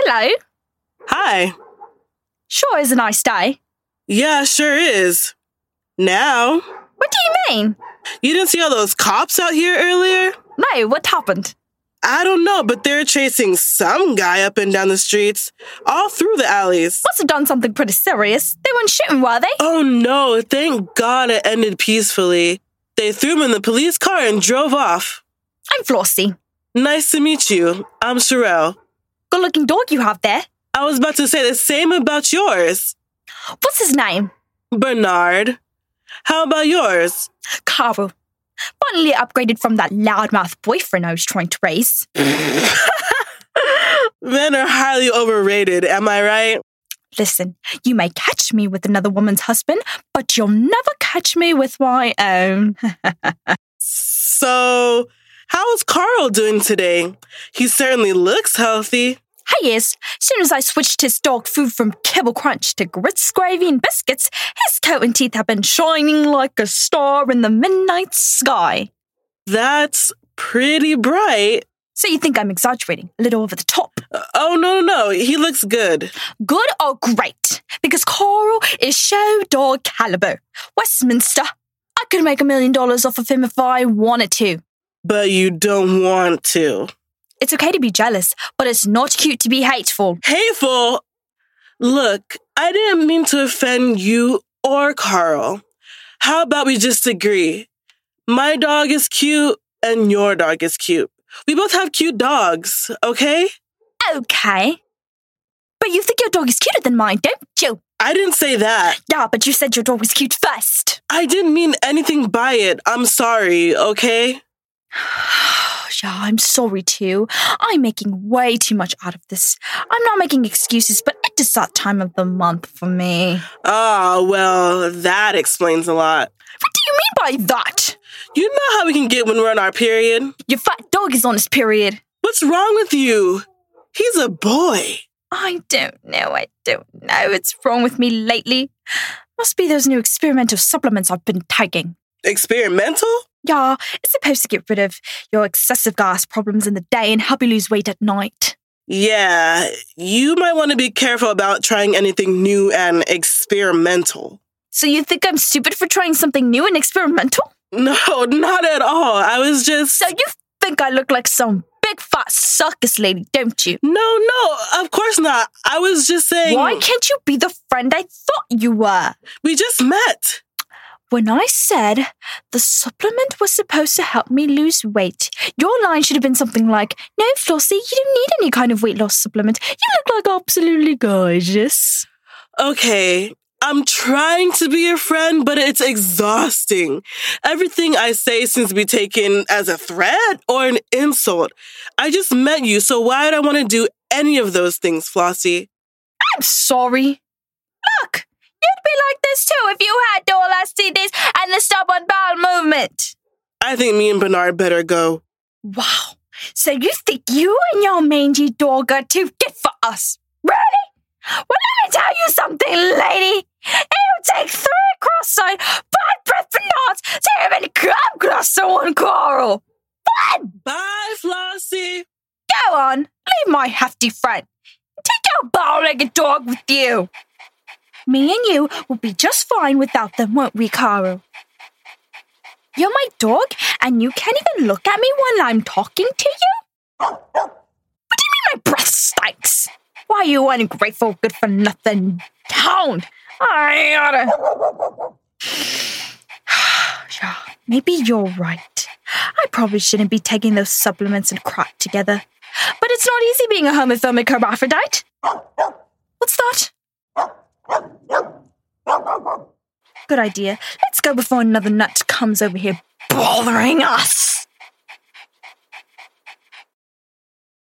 Hello. Hi. Sure is a nice day. Yeah, sure is. Now, What do you mean? you didn't see all those cops out here earlier? No, what happened? I don't know, but they're chasing some guy up and down the streets, all through the alleys. Must have done something pretty serious. They weren't shooting, were they? Oh no, thank God it ended peacefully. They threw him in the police car and drove off. I'm Flossie. Nice to meet you. I'm Sherelle. Good looking dog you have there. I was about to say the same about yours, What's his name? Bernard. How about yours? Carl. Finally upgraded from that loudmouth boyfriend I was trying to raise. Men are highly overrated, am I right? Listen, you may catch me with another woman's husband, but you'll never catch me with my own. So, how is Carl doing today? He certainly looks healthy. Hey, yes, soon as I switched his dog food from kibble crunch to grits, gravy, and biscuits, his coat and teeth have been shining like a star in the midnight sky. That's pretty bright. So you think I'm exaggerating, a little over the top. Oh, no, no, no. He looks good. Good or great? Because Coral is show dog caliber. Westminster, I could make a million dollars off of him if I wanted to. But you don't want to. It's okay to be jealous, but it's not cute to be hateful. Hateful? Look, I didn't mean to offend you or Carl. How about we just agree? My dog is cute and your dog is cute. We both have cute dogs, okay? Okay. But you think your dog is cuter than mine, don't you? I didn't say that. Yeah, but you said your dog was cute first. I didn't mean anything by it. I'm sorry, okay? Yeah, I'm sorry too. I'm making way too much out of this. I'm not making excuses, but it is that time of the month for me. Ah, well, that explains a lot. What do you mean by that? You know how we can get when we're on our period. Your fat dog is on his period. What's wrong with you? He's a boy. I don't know. I don't know. It's wrong with me lately. Must be those new experimental supplements I've been taking. Experimental? Yeah, it's supposed to get rid of your excessive gas problems in the day and help you lose weight at night. Yeah, you might want to be careful about trying anything new and experimental. So you think I'm stupid for trying something new and experimental? No, not at all. I was just. So you think I look like some big fat circus lady, don't you? No, no, of course not. I was just saying. Why can't you be the friend I thought you were? We just met. When I said the supplement was supposed to help me lose weight, your line should have been something like, No, Flossie, you don't need any kind of weight loss supplement. You look like absolutely gorgeous. Okay, I'm trying to be your friend, but it's exhausting. Everything I say seems to be taken as a threat or an insult. I just met you, so why would I want to do any of those things, Flossie? I'm sorry. Look, you'd be like this too if you had the all STDs and the stubborn bowel movement. I think me and Bernard better go. Wow. So you think you and your mangy dog are too good for us? Really? Well, let me tell you something, lady. It'll take three cross-eyed, five breath for knots to even come cross to one coral. One! Bye, Flossie. Go on, leave my hefty friend. Take your bow-legged dog with you. Me and you will be just fine without them, won't we, Caro? You're my dog, and you can't even look at me while I'm talking to you? What do you mean my breath stinks? Why, you ungrateful, good for nothing hound! I oughta. yeah, maybe you're right. I probably shouldn't be taking those supplements and crap together. But it's not easy being a homothermic hermaphrodite. What's that? Good idea. Let's go before another nut comes over here bothering us.